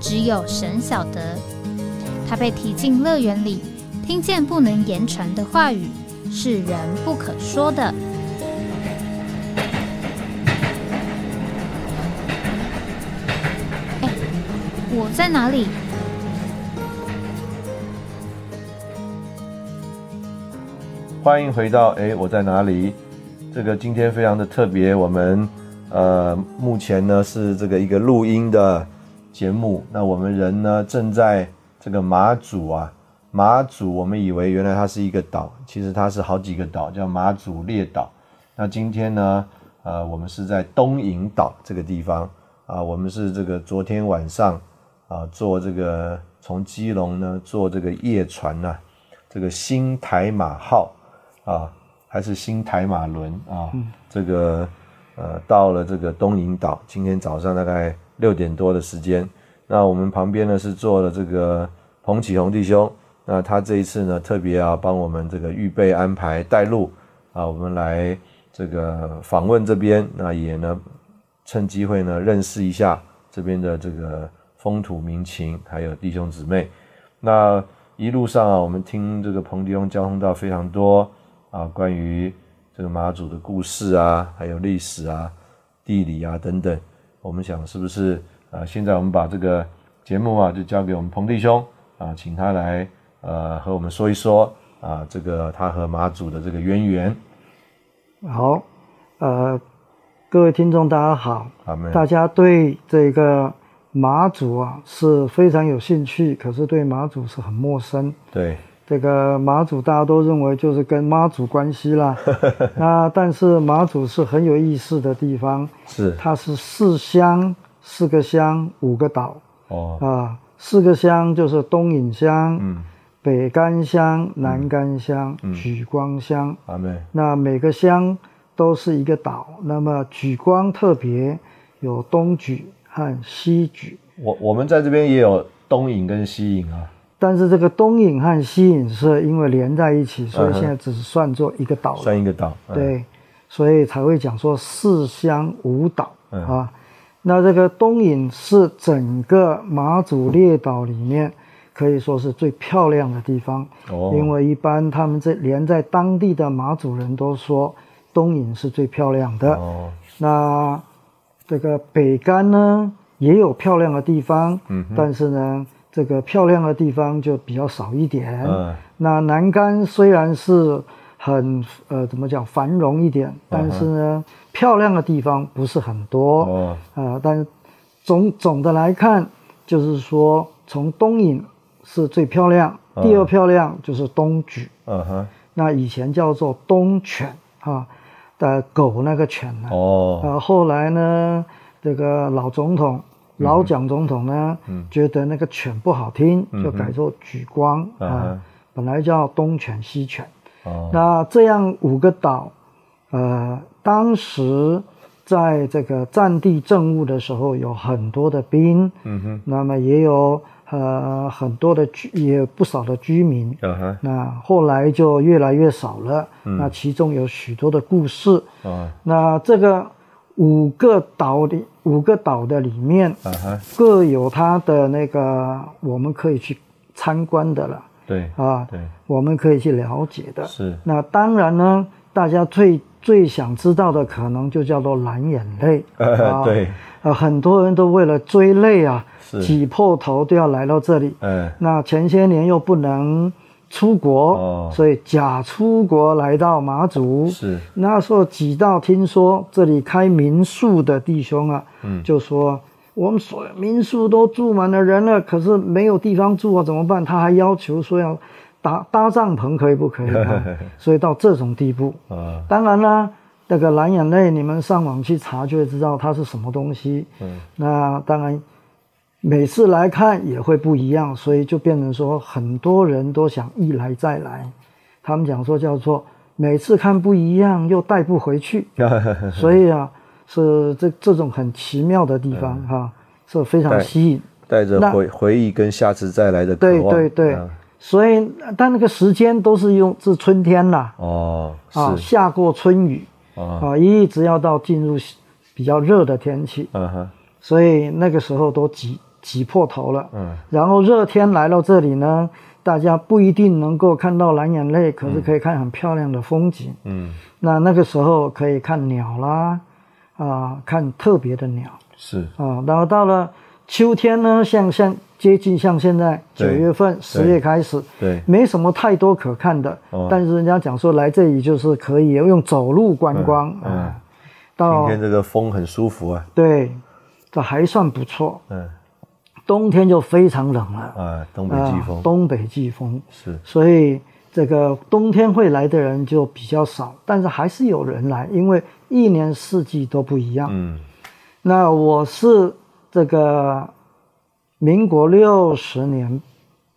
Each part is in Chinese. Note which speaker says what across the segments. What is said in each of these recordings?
Speaker 1: 只有神晓得。他被提进乐园里，听见不能言传的话语，是人不可说的。哎我在哪里？
Speaker 2: 欢迎回到哎，我在哪里？这个今天非常的特别，我们呃目前呢是这个一个录音的节目，那我们人呢正在这个马祖啊，马祖我们以为原来它是一个岛，其实它是好几个岛，叫马祖列岛。那今天呢，呃，我们是在东引岛这个地方啊，我们是这个昨天晚上啊坐这个从基隆呢坐这个夜船呐、这个新台马号啊，还是新台马轮啊，这个呃到了这个东引岛，今天早上大概六点多的时间，那我们旁边呢是坐了这个彭启宏弟兄，那他这一次呢特别啊帮我们这个预备安排带路啊，我们来这个访问这边，那也呢趁机会呢认识一下这边的这个风土民情，还有弟兄姊妹。那一路上啊，我们听这个彭迪翁交通道非常多啊，关于这个马祖的故事啊，还有历史啊、地理啊等等。我们想是不是啊？现在我们把这个节目啊，就交给我们彭弟兄啊，请他来呃和我们说一说啊，这个他和马祖的这个渊源。
Speaker 3: 好，呃，各位听众大家好，
Speaker 2: 阿门。
Speaker 3: 大家对这个马祖啊是非常有兴趣，可是对马祖是很陌生。
Speaker 2: 对
Speaker 3: 这个马祖大家都认为就是跟妈祖关系啦，那但是马祖是很有意思的地方，
Speaker 2: 是
Speaker 3: 它是四乡、四个乡、五个岛
Speaker 2: 哦
Speaker 3: 啊、四个乡就是东引乡、
Speaker 2: 嗯
Speaker 3: 北干乡、南干乡、举光乡。
Speaker 2: 阿门
Speaker 3: 那每个乡都是一个岛，那么举光特别有东举和西举，
Speaker 2: 我我们在这边也有东引跟西引啊
Speaker 3: 但是这个东引和西引是因为连在一起，所以现在只算作一个岛了。
Speaker 2: 算一个岛嗯
Speaker 3: 对，所以才会讲说四乡五岛、
Speaker 2: 嗯
Speaker 3: 啊。那这个东引是整个马祖列岛里面可以说是最漂亮的地方，
Speaker 2: 哦
Speaker 3: 因为一般他们这连在当地的马祖人都说东引是最漂亮的。
Speaker 2: 哦
Speaker 3: 那这个北干呢也有漂亮的地方，
Speaker 2: 嗯哼
Speaker 3: 但是呢，这个漂亮的地方就比较少一点。
Speaker 2: 嗯
Speaker 3: 那南干虽然是很呃怎么讲繁荣一点，但是呢，漂亮的地方不是很多。
Speaker 2: 嗯哦
Speaker 3: 啊，但是总总的来看，就是说从东引是最漂亮，第二
Speaker 2: 嗯
Speaker 3: 漂亮就是东莒，
Speaker 2: 嗯哼
Speaker 3: 那以前叫做东犬啊，的狗那个犬呢、
Speaker 2: 哦
Speaker 3: 啊，后来呢，这个老总统
Speaker 2: 嗯
Speaker 3: 老蒋总统呢，觉得那个犬不好听，就改做举光
Speaker 2: 嗯
Speaker 3: 啊
Speaker 2: 哼，
Speaker 3: 本来叫东犬西犬。
Speaker 2: 哦
Speaker 3: 那这样五个岛，呃，当时在这个战地政务的时候，有很多的兵，
Speaker 2: 嗯哼
Speaker 3: 那么也有呃很多的居，也有不少的居民。
Speaker 2: 嗯哼
Speaker 3: 那后来就越来越少了。
Speaker 2: 嗯
Speaker 3: 那其中有许多的故事。
Speaker 2: 哦
Speaker 3: 那这个五个岛里，五个岛的里面
Speaker 2: 嗯哼
Speaker 3: 各有它的那个我们可以去参观的了
Speaker 2: 对
Speaker 3: 啊，
Speaker 2: 对
Speaker 3: 我们可以去了解的。
Speaker 2: 是
Speaker 3: 那当然呢，大家最最想知道的可能就叫做蓝眼 泪啊，
Speaker 2: 对，
Speaker 3: 呃，很多人都为了追泪啊，
Speaker 2: 是
Speaker 3: 挤破头都要来到这里。
Speaker 2: 嗯
Speaker 3: 那前些年又不能出国，
Speaker 2: 哦
Speaker 3: 所以假出国来到马祖，
Speaker 2: 是
Speaker 3: 那时候挤到听说这里开民宿的弟兄啊，
Speaker 2: 嗯
Speaker 3: 就说我们所有民宿都住满了人了，可是没有地方住啊，怎么办？他还要求说要搭搭帐篷，可以不可以、啊？所以到这种地步，
Speaker 2: 啊
Speaker 3: 当然啦，那个蓝眼泪，你们上网去查就会知道它是什么东西。嗯，那当然，每次来看也会不一样，所以就变成说很多人都想一来再来。他们讲说叫做每次看不一样又带不回去，所以啊是这这种很奇妙的地方哈、是非常
Speaker 2: 对
Speaker 3: 吸引。
Speaker 2: 带着
Speaker 3: 那
Speaker 2: 回回忆跟下次再来的渴
Speaker 3: 对
Speaker 2: 望。
Speaker 3: 对对，
Speaker 2: 啊
Speaker 3: 所以但那个时间都是用是春天啦，
Speaker 2: 哦，是
Speaker 3: 啊，下过春雨
Speaker 2: 啊，
Speaker 3: 啊，一直要到进入比较热的天气，
Speaker 2: 嗯哼，
Speaker 3: 所以那个时候都挤挤破头了。
Speaker 2: 嗯，
Speaker 3: 然后热天来到这里呢，大家不一定能够看到蓝眼泪，可是可以看很漂亮的风景。
Speaker 2: 嗯，
Speaker 3: 那那个时候可以看鸟啦，啊、看特别的鸟
Speaker 2: 是，
Speaker 3: 啊、然后到了秋天呢，像像接近像现在九
Speaker 2: 对
Speaker 3: 月份、十月开始，
Speaker 2: 对，
Speaker 3: 没什么太多可看的。
Speaker 2: 哦
Speaker 3: 但是人家讲说来这里就是可以用走路观光啊、
Speaker 2: 嗯今
Speaker 3: 到
Speaker 2: 天这个风很舒服啊，
Speaker 3: 对，这还算不错。
Speaker 2: 嗯
Speaker 3: 冬天就非常冷了，
Speaker 2: 啊，东北
Speaker 3: 啊，
Speaker 2: 季风
Speaker 3: 东北季风。
Speaker 2: 是，
Speaker 3: 所以这个冬天会来的人就比较少，但是还是有人来，因为一年四季都不一样。
Speaker 2: 嗯
Speaker 3: 那我是这个民国六十年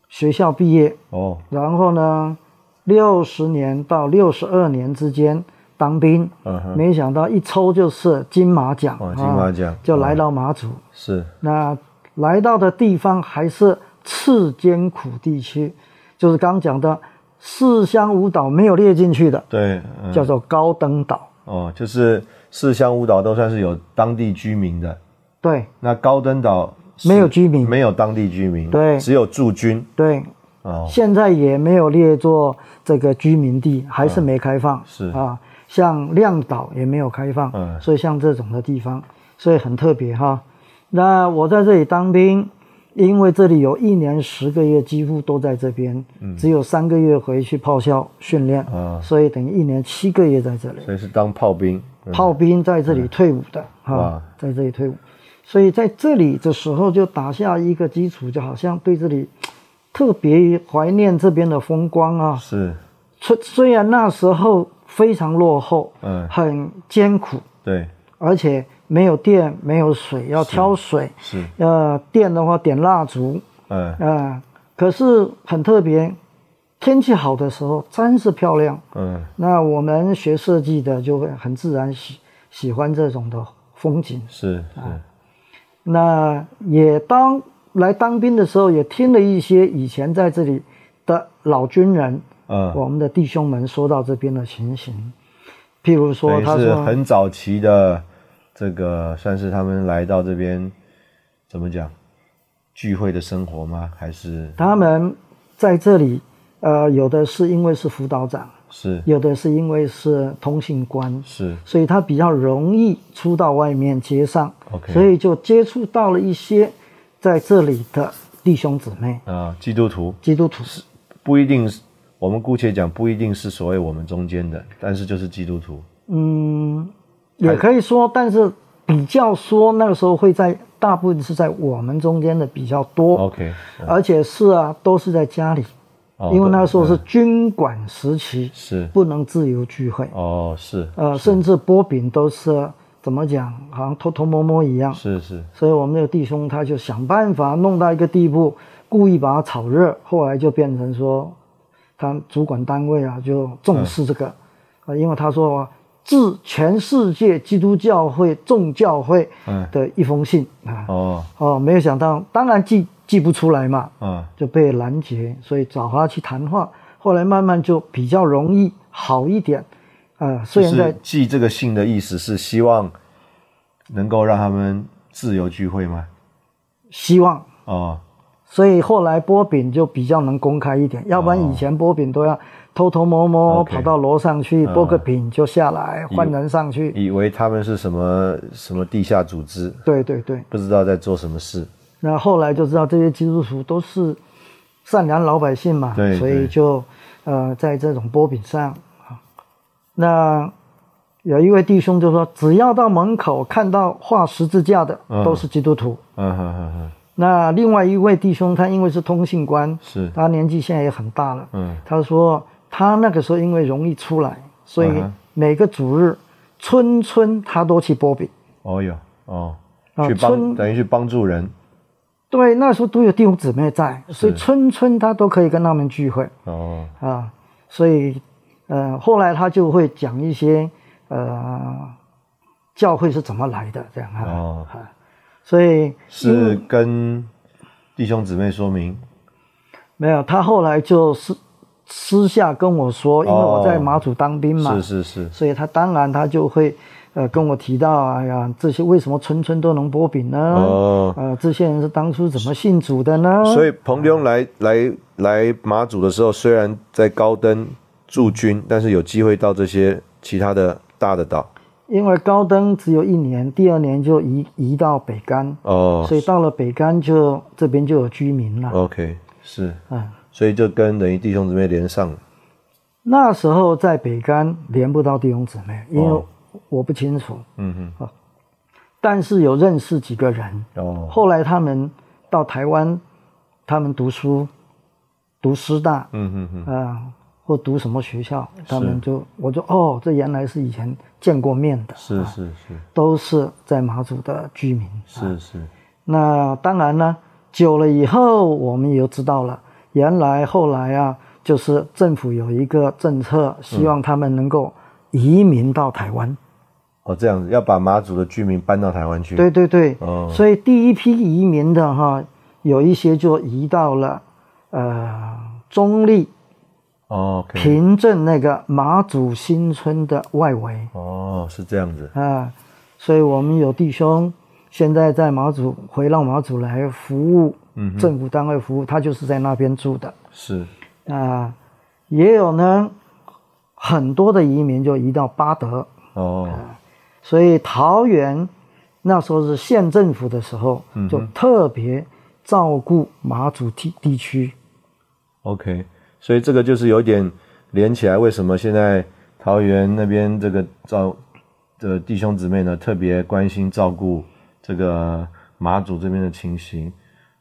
Speaker 3: 学校毕业，
Speaker 2: 哦，
Speaker 3: 然后呢，六十年到六十二年之间当兵，
Speaker 2: 嗯哼，
Speaker 3: 没想到一抽就是金马奖，
Speaker 2: 哦金马奖嗯
Speaker 3: 啊就来到马祖。
Speaker 2: 是，
Speaker 3: 那来到的地方还是赤间苦地区，就是刚讲的四乡五岛没有列进去的，
Speaker 2: 对，嗯
Speaker 3: 叫做高登岛。
Speaker 2: 哦，就是四乡五岛都算是有当地居民的，
Speaker 3: 对
Speaker 2: 那高登岛是
Speaker 3: 没有居民
Speaker 2: 没有当地居民，
Speaker 3: 对
Speaker 2: 只有驻军
Speaker 3: 对，
Speaker 2: 哦，
Speaker 3: 现在也没有列作这个居民地，还是没开放。
Speaker 2: 嗯是
Speaker 3: 啊，像亮岛也没有开放，
Speaker 2: 嗯
Speaker 3: 所以像这种的地方，所以很特别哈。那我在这里当兵，因为这里有一年十个月几乎都在这边，
Speaker 2: 嗯
Speaker 3: 只有三个月回去炮校训练，
Speaker 2: 啊
Speaker 3: 所以等于一年七个月在这里。
Speaker 2: 所以是当炮兵，嗯
Speaker 3: 炮兵在这里退伍的
Speaker 2: 哇
Speaker 3: 哈，在这里退伍，所以在这里的时候就打下一个基础，就好像对这里特别怀念这边的风光啊。
Speaker 2: 是，
Speaker 3: 虽虽然那时候非常落后，
Speaker 2: 嗯，
Speaker 3: 很艰苦，
Speaker 2: 对，
Speaker 3: 而且没有电没有水，要挑水。
Speaker 2: 是，
Speaker 3: 呃，电的话点蜡烛，
Speaker 2: 嗯
Speaker 3: 呃，可是很特别，天气好的时候真是漂亮。
Speaker 2: 嗯，
Speaker 3: 那我们学设计的就会很自然喜喜欢这种的风景。
Speaker 2: 是是，
Speaker 3: 那也当来当兵的时候，也听了一些以前在这里的老军人，
Speaker 2: 嗯，
Speaker 3: 我们的弟兄们说到这边的情形，譬如说
Speaker 2: 等于
Speaker 3: 他
Speaker 2: 是
Speaker 3: 说
Speaker 2: 很早期的这个，算是他们来到这边怎么讲聚会的生活吗？还是
Speaker 3: 他们在这里，呃，有的是因为是辅导长，
Speaker 2: 是
Speaker 3: 有的是因为是通信官，
Speaker 2: 是
Speaker 3: 所以他比较容易出到外面街上
Speaker 2: OK
Speaker 3: 所以就接触到了一些在这里的弟兄姊妹，
Speaker 2: 啊，基督徒
Speaker 3: 基督徒。
Speaker 2: 不一定是。我们姑且讲，不一定是所谓我们中间的，但是就是基督徒，
Speaker 3: 嗯，也可以说，但是比较说那个时候会在大部分是在我们中间的比较多
Speaker 2: OK，
Speaker 3: 而且是啊，都是在家里，
Speaker 2: 哦
Speaker 3: 因为那时候是
Speaker 2: 嗯
Speaker 3: 军管时期，
Speaker 2: 是
Speaker 3: 不能自由聚会，
Speaker 2: 哦，是
Speaker 3: 呃，甚至波饼都是怎么讲，好像偷偷摸摸一样。
Speaker 2: 是是
Speaker 3: 所以我们这个弟兄他就想办法弄到一个地步，故意把它炒热，后来就变成说，他主管单位啊就重视这
Speaker 2: 嗯
Speaker 3: 个，啊，因为他说、啊、致全世界基督教会众教会
Speaker 2: 嗯
Speaker 3: 的一封信啊，
Speaker 2: 哦
Speaker 3: 哦，没有想到，当然寄寄不出来嘛，
Speaker 2: 啊
Speaker 3: 就被拦截，所以找他去谈话，后来慢慢就比较容易好一点，啊，虽
Speaker 2: 就
Speaker 3: 然在
Speaker 2: 是寄这个信的意思是希望能够让他们自由聚会吗？
Speaker 3: 希望
Speaker 2: 哦，
Speaker 3: 所以后来波饼就比较能公开一点，要不然以前波饼都要偷偷摸摸
Speaker 2: OK 嗯
Speaker 3: 跑到楼上去剥个饼就下来，换人上去。
Speaker 2: 以为他们是什么什么地下组织，
Speaker 3: 对对对，
Speaker 2: 不知道在做什么事。
Speaker 3: 那后来就知道这些基督徒都是善良老百姓嘛，
Speaker 2: 对
Speaker 3: 所
Speaker 2: 对
Speaker 3: 以就呃在这种波饼上啊那有一位弟兄就说，只要到门口看到画十字架的
Speaker 2: 嗯
Speaker 3: 都是基督徒。
Speaker 2: 嗯哼哼哼，
Speaker 3: 那另外一位弟兄他因为是通信官，
Speaker 2: 是
Speaker 3: 他年纪现在也很大了，
Speaker 2: 嗯
Speaker 3: 他说他那个时候因为容易出来，所以
Speaker 2: 嗯哼
Speaker 3: 每个主日村村他都去波比。
Speaker 2: 哦哟哦，
Speaker 3: 啊
Speaker 2: 去帮
Speaker 3: 村
Speaker 2: 等于去帮助人，
Speaker 3: 对，那时候都有弟兄姊妹在，所以村村他都可以跟他们聚会
Speaker 2: 哦，
Speaker 3: 啊。所以，呃，后来他就会讲一些呃，教会是怎么来的这样啊。
Speaker 2: 哦
Speaker 3: 啊所以
Speaker 2: 是跟弟兄姊妹说明
Speaker 3: 没有，他后来就私私下跟我说，因为我在
Speaker 2: 哦
Speaker 3: 马祖当兵嗯嘛，
Speaker 2: 是是是，
Speaker 3: 所以他当然他就会呃跟我提到，哎呀，这些为什么村村都能剥饼呢？
Speaker 2: 哦
Speaker 3: 呃，这些人是当初怎么信主的呢？
Speaker 2: 所以彭弟兄来来来马祖的时候，虽然在高登驻军，但是有机会到这些其他的大的岛
Speaker 3: 因为高登只有一年，第二年就移移到北干，
Speaker 2: 哦哦
Speaker 3: 所。以到了北干就这边就有居民了。
Speaker 2: OK，是，
Speaker 3: 嗯，
Speaker 2: 所以就跟等于弟兄姊妹连上了。
Speaker 3: 那时候在北干连不到弟兄姊妹，因为我不清楚，
Speaker 2: 哦
Speaker 3: 啊
Speaker 2: 嗯哼，
Speaker 3: 但是有认识几个人。
Speaker 2: 哦，
Speaker 3: 后来他们到台湾，他们读书，读师大，
Speaker 2: 嗯哼哼，
Speaker 3: 啊、或读什么学校，他们就我就哦，这原来是以前见过面的，
Speaker 2: 是是是
Speaker 3: 都是在马祖的居民。
Speaker 2: 是是，
Speaker 3: 那当然呢，久了以后我们也就知道了，原来后来啊，就是政府有一个政策，希望他们能够移民到台湾。
Speaker 2: 哦这样子，要把马祖的居民搬到台湾去。
Speaker 3: 对，对对，
Speaker 2: 哦
Speaker 3: 所以第一批移民的哈，有一些就移到了呃中立
Speaker 2: 哦，OK，
Speaker 3: 平镇那个马祖新村的外围。
Speaker 2: 哦是这样子，
Speaker 3: 啊，所以我们有弟兄现在在马祖回到马祖来服务，
Speaker 2: 嗯哼
Speaker 3: 政府单位服务，他就是在那边住的
Speaker 2: 是
Speaker 3: 啊，也有呢很多的移民就移到巴德，
Speaker 2: 哦
Speaker 3: 所以桃园那时候是县政府的时候，
Speaker 2: 嗯
Speaker 3: 就特别照顾马祖地地区，
Speaker 2: ，OK，所以这个就是有点连起来，为什么现在桃园那边这个照的弟兄姊妹呢特别关心照顾这个马祖这边的情形？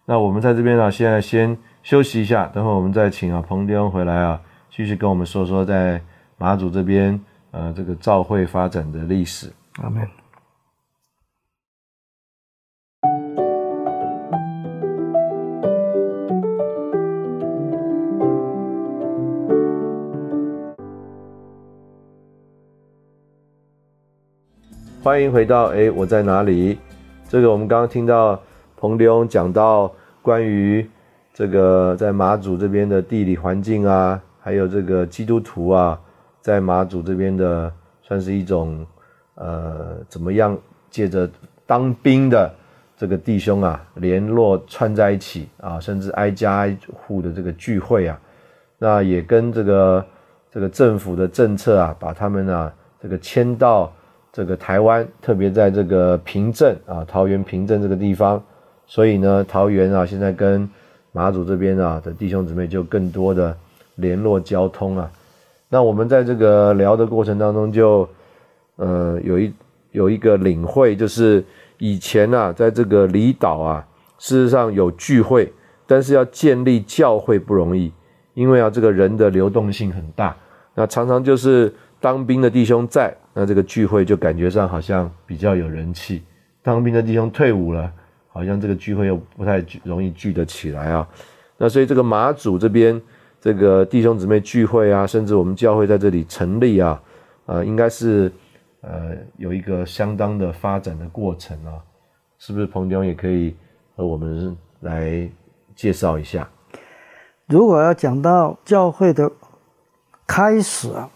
Speaker 2: 那我们在这边啊，现在先休息一下，等会我们再请啊彭弟兄回来啊，继续跟我们说说在马祖这边呃这个照会发展的历史。
Speaker 3: 阿门。
Speaker 2: 欢迎回到诶，我在哪里？这个我们刚刚听到彭刘讲到关于这个在马祖这边的地理环境啊，还有这个基督徒啊，在马祖这边的算是一种呃怎么样借着当兵的这个弟兄啊联络串在一起啊，甚至挨家挨户的这个聚会啊，那也跟这个这个政府的政策啊，把他们啊这个迁到这个台湾，特别在这个平镇啊，桃园平镇这个地方，所以呢，桃园啊现在跟马祖这边啊的弟兄姊妹就更多的联络交通啊。那我们在这个聊的过程当中就，呃有一有一个领会，就是以前啊，在这个离岛啊，事实上有聚会，但是要建立教会不容易。因为啊，这个人的流动性很大，那常常就是当兵的弟兄在，那这个聚会就感觉上好像比较有人气；当兵的弟兄退伍了，好像这个聚会又不太聚容易聚得起来啊。那所以这个马祖这边，这个弟兄姊妹聚会啊，甚至我们教会在这里成立啊，呃，应该是呃有一个相当的发展的过程啊，是不是？彭弟兄也可以和我们来介绍一下。
Speaker 3: 如果要讲到教会的开始啊，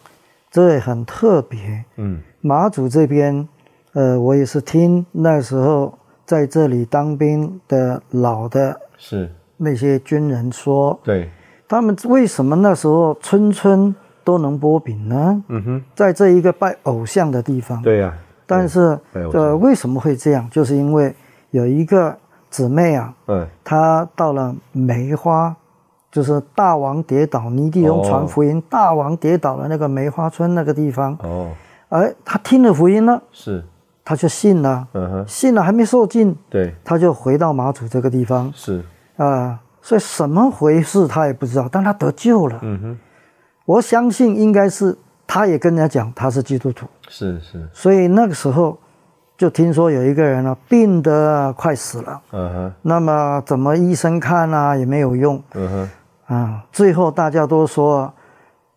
Speaker 3: 这也很特别。
Speaker 2: 嗯，
Speaker 3: 马祖这边，呃，我也是听那时候在这里当兵的老的
Speaker 2: 是
Speaker 3: 那些军人说，
Speaker 2: 对。
Speaker 3: 他们为什么那时候村村都能剥饼呢？
Speaker 2: 嗯哼，
Speaker 3: 在这一个拜偶像的地方，
Speaker 2: 对呀、
Speaker 3: 但是
Speaker 2: 拜偶像
Speaker 3: 呃，为什么会这样？就是因为有一个姊妹啊，
Speaker 2: 嗯，
Speaker 3: 他到了梅花，就是大王跌倒，尼弟兄传福音，大王跌倒了那个梅花村那个地方，
Speaker 2: 哦，
Speaker 3: 哎，他听了福音了，
Speaker 2: 是，
Speaker 3: 他就信了，
Speaker 2: 嗯哼，
Speaker 3: 信了还没受尽，
Speaker 2: 对，
Speaker 3: 他就回到马祖这个地方
Speaker 2: 是，
Speaker 3: 啊、所以什么回事他也不知道，但他得救了。
Speaker 2: 嗯哼，
Speaker 3: 我相信应该是他也跟人家讲他是基督徒，
Speaker 2: 是是，
Speaker 3: 所以那个时候就听说有一个人呢、病得啊快死了，
Speaker 2: 嗯哼，
Speaker 3: 那么怎么医生看啊也没有用
Speaker 2: 嗯哼，
Speaker 3: 啊，最后大家都说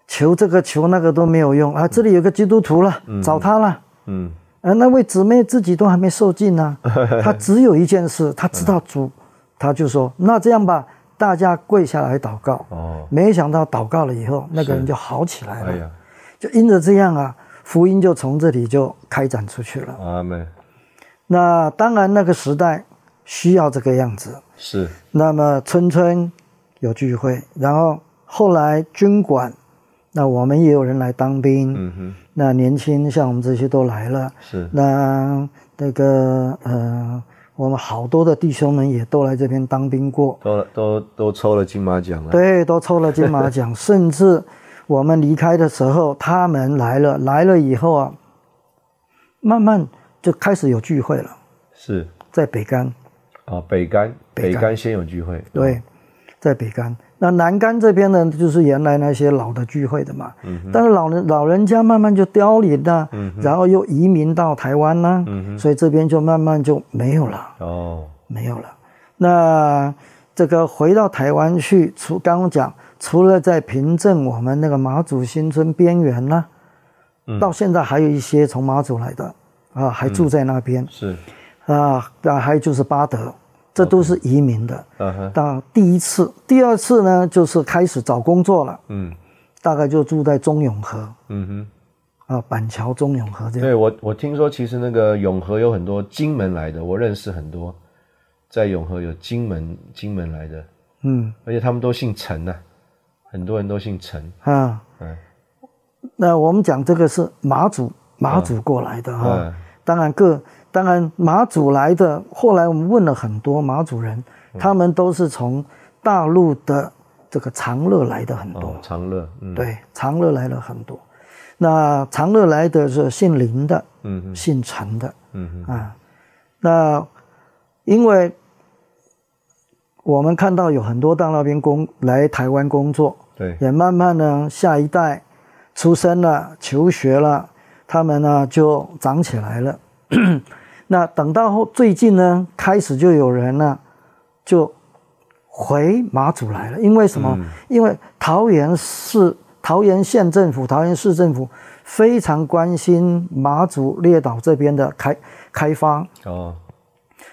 Speaker 3: 求这个求那个都没有用啊，这里有个基督徒了，找他了。
Speaker 2: 嗯
Speaker 3: 而那位姊妹自己都还没受 尽呢、她只有一件事，她知道主，
Speaker 2: 嗯
Speaker 3: 她就说：“那这样吧，大家跪下来祷告。”
Speaker 2: 哦，
Speaker 3: 没想到祷告了以后，那个人就好起来
Speaker 2: 哎
Speaker 3: 了。
Speaker 2: 呀，
Speaker 3: 就因着这样啊，福音就从这里就开展出去了。
Speaker 2: 阿门，
Speaker 3: 那当然，那个时代需要这个样子。
Speaker 2: 是，
Speaker 3: 那么村村有聚会，然后后来军管，那我们也有人来当兵。
Speaker 2: 嗯哼，
Speaker 3: 那年轻像我们这些都来了。
Speaker 2: 是，
Speaker 3: 那那个呃，我们好多的弟兄们也都来这边当兵过，
Speaker 2: 都都都抽了金马奖了，，
Speaker 3: 对，都抽了金马奖，甚至我们离开的时候，他们来了，来了以后啊，慢慢就开始有聚会了，
Speaker 2: 是
Speaker 3: 在北干，
Speaker 2: 啊，北干，
Speaker 3: 北
Speaker 2: 北
Speaker 3: 干
Speaker 2: 干先有聚会，哦
Speaker 3: 对，在北干。那南干这边呢，就是原来那些老的聚会的嘛，但是老人老人家慢慢就凋零了，然后又移民到台湾啦、所以这边就慢慢就没有了。
Speaker 2: 哦，
Speaker 3: 没有了。那这个回到台湾去，除刚刚讲，除了在平镇我们那个马祖新村边缘啦、
Speaker 2: 嗯
Speaker 3: 到现在还有一些从马祖来的啊，还住在那边、
Speaker 2: 是，
Speaker 3: 啊，那还有就是巴德，这都是移民的。
Speaker 2: 嗯哼，
Speaker 3: 那第一次，第二次呢，就是开始找工作了，
Speaker 2: 嗯
Speaker 3: 大概就住在中永和
Speaker 2: 嗯哼。
Speaker 3: 啊，板桥中永和这样。
Speaker 2: 对我，我听说其实那个永和有很多金门来的，我认识很多，在永和有金门金门来的，
Speaker 3: 嗯
Speaker 2: 而且他们都姓陈呐、很多人都姓陈，
Speaker 3: 啊，
Speaker 2: 嗯
Speaker 3: 那我们讲这个是马祖马祖过来的哈、
Speaker 2: 嗯
Speaker 3: 当然各当然马祖来的，后来我们问了很多马祖人，
Speaker 2: 嗯
Speaker 3: 他们都是从大陆的这个长乐来的很多，
Speaker 2: 哦，长乐，嗯，，
Speaker 3: 对，长乐来了很多。那长乐来的是姓林的，
Speaker 2: 嗯哼
Speaker 3: 姓陈的
Speaker 2: 嗯哼，
Speaker 3: 啊。那因为我们看到有很多到那边工来台湾工作，
Speaker 2: 对，
Speaker 3: 也慢慢呢，下一代出生了、求学了，他们呢就长起来了。 那等到后最近呢，开始就有人呢就回马祖来了，因为什
Speaker 2: 嗯
Speaker 3: 么？因为桃园市、桃园县政府、桃园市政府非常关心马祖列岛这边的开开发，
Speaker 2: 哦，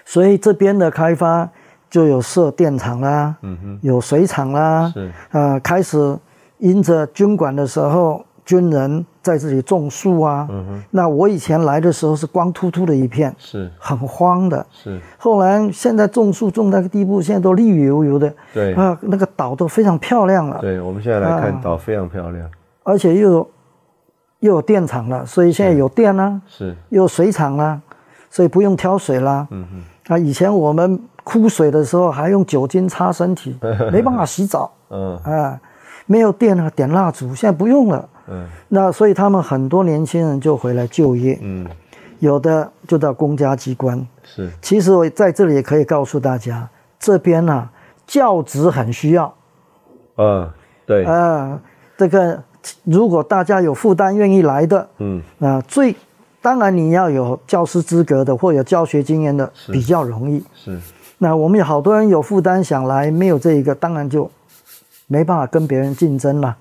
Speaker 3: 所以这边的开发就有设电厂啦，
Speaker 2: 嗯
Speaker 3: 有水厂啦，
Speaker 2: 哼，是，
Speaker 3: 呃，开始因着军管的时候，军人在这里种树啊。
Speaker 2: 嗯哼，
Speaker 3: 那我以前来的时候是光秃秃的一片，
Speaker 2: 是
Speaker 3: 很荒的。
Speaker 2: 是，
Speaker 3: 后来现在种树种到一个地步，现在都绿油油的，
Speaker 2: 对
Speaker 3: 啊、那个岛都非常漂亮了，
Speaker 2: 对，我们现在来看岛非常漂亮，
Speaker 3: 而且又有又有电厂了，所以现在有电啦、
Speaker 2: 是，
Speaker 3: 又有水厂啦、所以不用挑水啦。
Speaker 2: 嗯哼，
Speaker 3: 啊，以前我们枯水的时候还用酒精擦身体，没办法洗澡。
Speaker 2: 嗯
Speaker 3: 啊，没有电了，点蜡烛，现在不用了。
Speaker 2: 嗯
Speaker 3: 那所以他们很多年轻人就回来就业，
Speaker 2: 嗯，
Speaker 3: 有的就到公家机关。
Speaker 2: 是，
Speaker 3: 其实我在这里也可以告诉大家，这边呢、啊、教职很需要
Speaker 2: 嗯，对，
Speaker 3: 啊。这个如果大家有负担愿意来的，
Speaker 2: 嗯，
Speaker 3: 啊，最当然你要有教师资格的或有教学经验的比较容易。
Speaker 2: 是，
Speaker 3: 那我们有好多人有负担想来，没有这一个，当然就没办法跟别人竞争了。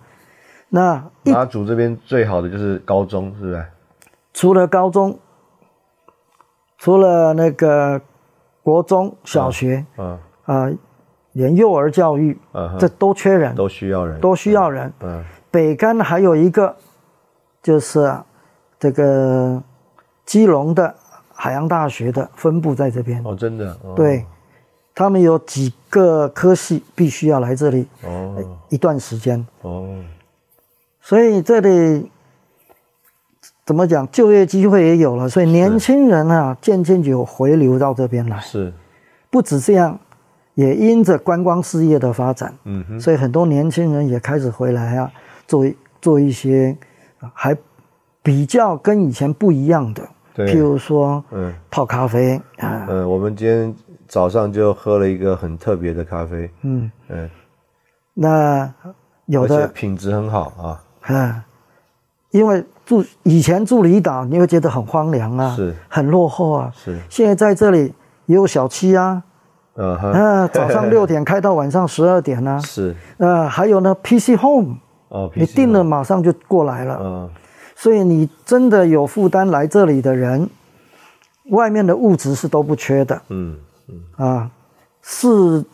Speaker 3: 那一
Speaker 2: 马祖这边最好的就是高中，是不是？
Speaker 3: 除了高中，除了那个国中小学
Speaker 2: 嗯
Speaker 3: 啊、呃连幼儿教育
Speaker 2: 嗯
Speaker 3: 这
Speaker 2: 哼，
Speaker 3: 都缺人，
Speaker 2: 都需要人，
Speaker 3: 都需要人。
Speaker 2: 嗯，
Speaker 3: 北干还有一个就是、啊、这个基隆的海洋大学的分部在这边，
Speaker 2: 哦，真的，哦
Speaker 3: 对，他们有几个科系必须要来这里
Speaker 2: 哦
Speaker 3: 一段时间，
Speaker 2: 哦，
Speaker 3: 所以这里怎么讲，就业机会也有了，所以年轻人啊，渐渐就有回流到这边来。
Speaker 2: 是，
Speaker 3: 不止这样，也因着观光事业的发展，
Speaker 2: 嗯哼，
Speaker 3: 所以很多年轻人也开始回来啊，做做一些啊还比较跟以前不一样的，
Speaker 2: 对
Speaker 3: 譬，如说
Speaker 2: 嗯
Speaker 3: 泡咖啡啊，
Speaker 2: 嗯，我们今天早上就喝了一个很特别的咖啡，
Speaker 3: 嗯，
Speaker 2: 嗯，
Speaker 3: 那有
Speaker 2: 而且
Speaker 3: 的
Speaker 2: 品质很好啊，
Speaker 3: 啊，因为住以前住离岛，你会觉得很荒凉啊，
Speaker 2: 是
Speaker 3: 很落后啊。
Speaker 2: 是，
Speaker 3: 现在在这里也有小七啊，
Speaker 2: 嗯哼，
Speaker 3: 啊，早上六点开到晚上十二点 啊，
Speaker 2: 是
Speaker 3: 呃，还有呢，PC Home，
Speaker 2: 哦，
Speaker 3: 你
Speaker 2: PC
Speaker 3: 定了，马上就过来了。
Speaker 2: 嗯，
Speaker 3: 所以你真的有负担来这里的人，外面的物质是都不缺的
Speaker 2: 嗯
Speaker 3: 啊，是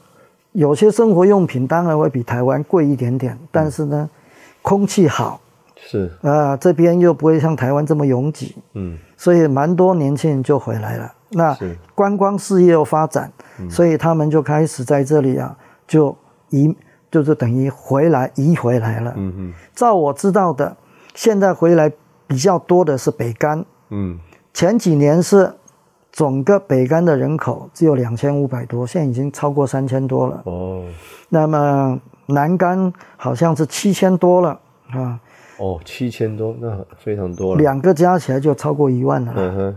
Speaker 3: 有些生活用品当然会比台湾贵一点点，但是呢，空气好
Speaker 2: 是，
Speaker 3: 啊，这边又不会像台湾这么拥挤，
Speaker 2: 嗯
Speaker 3: 所以蛮多年轻人就回来了。那
Speaker 2: 是嗯
Speaker 3: 观光事业又发展，所以他们就开始在这里啊，就移，就是等于回来移回来了。
Speaker 2: 嗯嗯
Speaker 3: 照我知道的，现在回来比较多的是北干，
Speaker 2: 嗯，
Speaker 3: 前几年是整个北干的人口只有两千五百多，现在已经超过三千多了。
Speaker 2: 哦
Speaker 3: 那么南干好像是七千多了啊，
Speaker 2: 哦，七千多，那非常多了，
Speaker 3: 两个加起来就超过一万了啦。
Speaker 2: 嗯哼，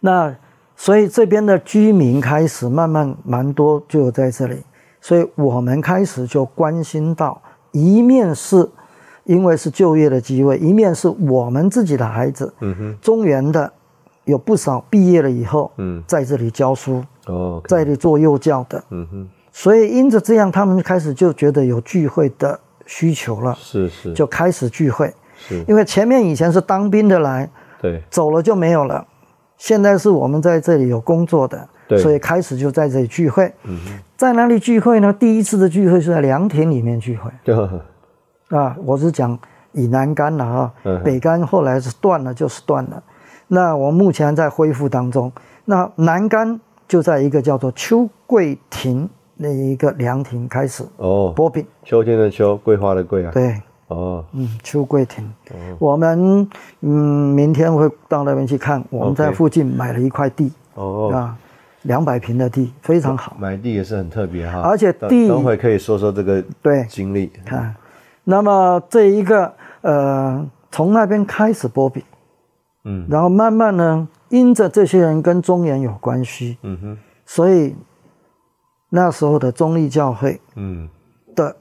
Speaker 3: 那所以这边的居民开始慢慢蛮多就有在这里，所以我们开始就关心到，一面是因为是就业的机会，一面是我们自己的孩子，
Speaker 2: 嗯哼，
Speaker 3: 中原的有不少毕业了以后，
Speaker 2: 嗯，
Speaker 3: 在这里教书，
Speaker 2: 哦，
Speaker 3: 在这里做幼教的，
Speaker 2: 嗯哼，
Speaker 3: 所以因着这样，他们开始就觉得有聚会的需求了，
Speaker 2: 是是，
Speaker 3: 就开始聚会，
Speaker 2: 是，
Speaker 3: 因为前面以前是当兵的来，
Speaker 2: 对，
Speaker 3: 走了就没有了。现在是我们在这里有工作的，
Speaker 2: 对
Speaker 3: 所以开始就在这里聚会。在哪里聚会呢？第一次的聚会是在凉亭里面聚会
Speaker 2: 就
Speaker 3: 啊，我是讲以南干了啊，
Speaker 2: 嗯
Speaker 3: 北干后来是断了，就是断了。那我目前在恢复当中。那南干就在一个叫做秋桂亭的一个凉亭开始
Speaker 2: 哦，
Speaker 3: 播饼，
Speaker 2: 秋天的秋，桂花的桂啊，
Speaker 3: 对，
Speaker 2: 哦，
Speaker 3: 嗯，秋桂亭，我们嗯明天会到那边去看，我们在
Speaker 2: OK
Speaker 3: 附近买了一块地。
Speaker 2: 哦，
Speaker 3: 啊，两百平的地非常好。
Speaker 2: 买地也是很特别哈，
Speaker 3: 而且
Speaker 2: 等
Speaker 3: 地
Speaker 2: 等会可以说说这个
Speaker 3: 对
Speaker 2: 经历，
Speaker 3: 啊，那么这一个呃，从那边开始波比，
Speaker 2: 嗯
Speaker 3: 然后慢慢呢，因着这些人跟中原有关系，
Speaker 2: 嗯哼，
Speaker 3: 所以那时候的中立教会
Speaker 2: 嗯，
Speaker 3: 的，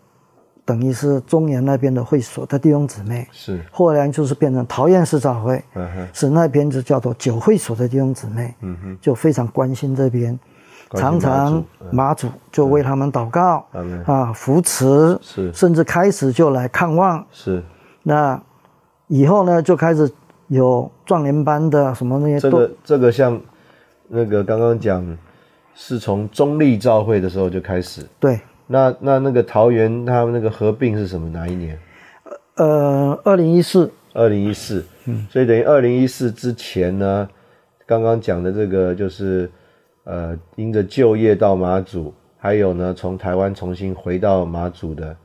Speaker 3: 等于是中原那边的会所的弟兄姊妹，
Speaker 2: 是，
Speaker 3: 后来就是变成桃园市教会，
Speaker 2: 嗯哼，
Speaker 3: 是那边就叫做九会所的弟兄姊妹，
Speaker 2: 嗯哼，
Speaker 3: 就非常关心这边，
Speaker 2: 关
Speaker 3: 常
Speaker 2: 心马
Speaker 3: 常
Speaker 2: 祖嗯
Speaker 3: 马祖就为他们祷告、
Speaker 2: 阿门
Speaker 3: 啊，扶持，
Speaker 2: 是
Speaker 3: 甚至开始就来看望。
Speaker 2: 是。
Speaker 3: 那以后呢，就开始有壮年班的什么那些
Speaker 2: 这
Speaker 3: 都、
Speaker 2: 个这个像那个刚刚讲，是从中立召会的时候就开始。
Speaker 3: 对，
Speaker 2: 那那那个桃园他们那个合并是什么？哪一年？
Speaker 3: 呃，二零一四
Speaker 2: 二零一四。所以等于二零一四之前呢，刚刚讲的这个就是呃，因着就业到马祖，还有呢从台湾重新回到马祖的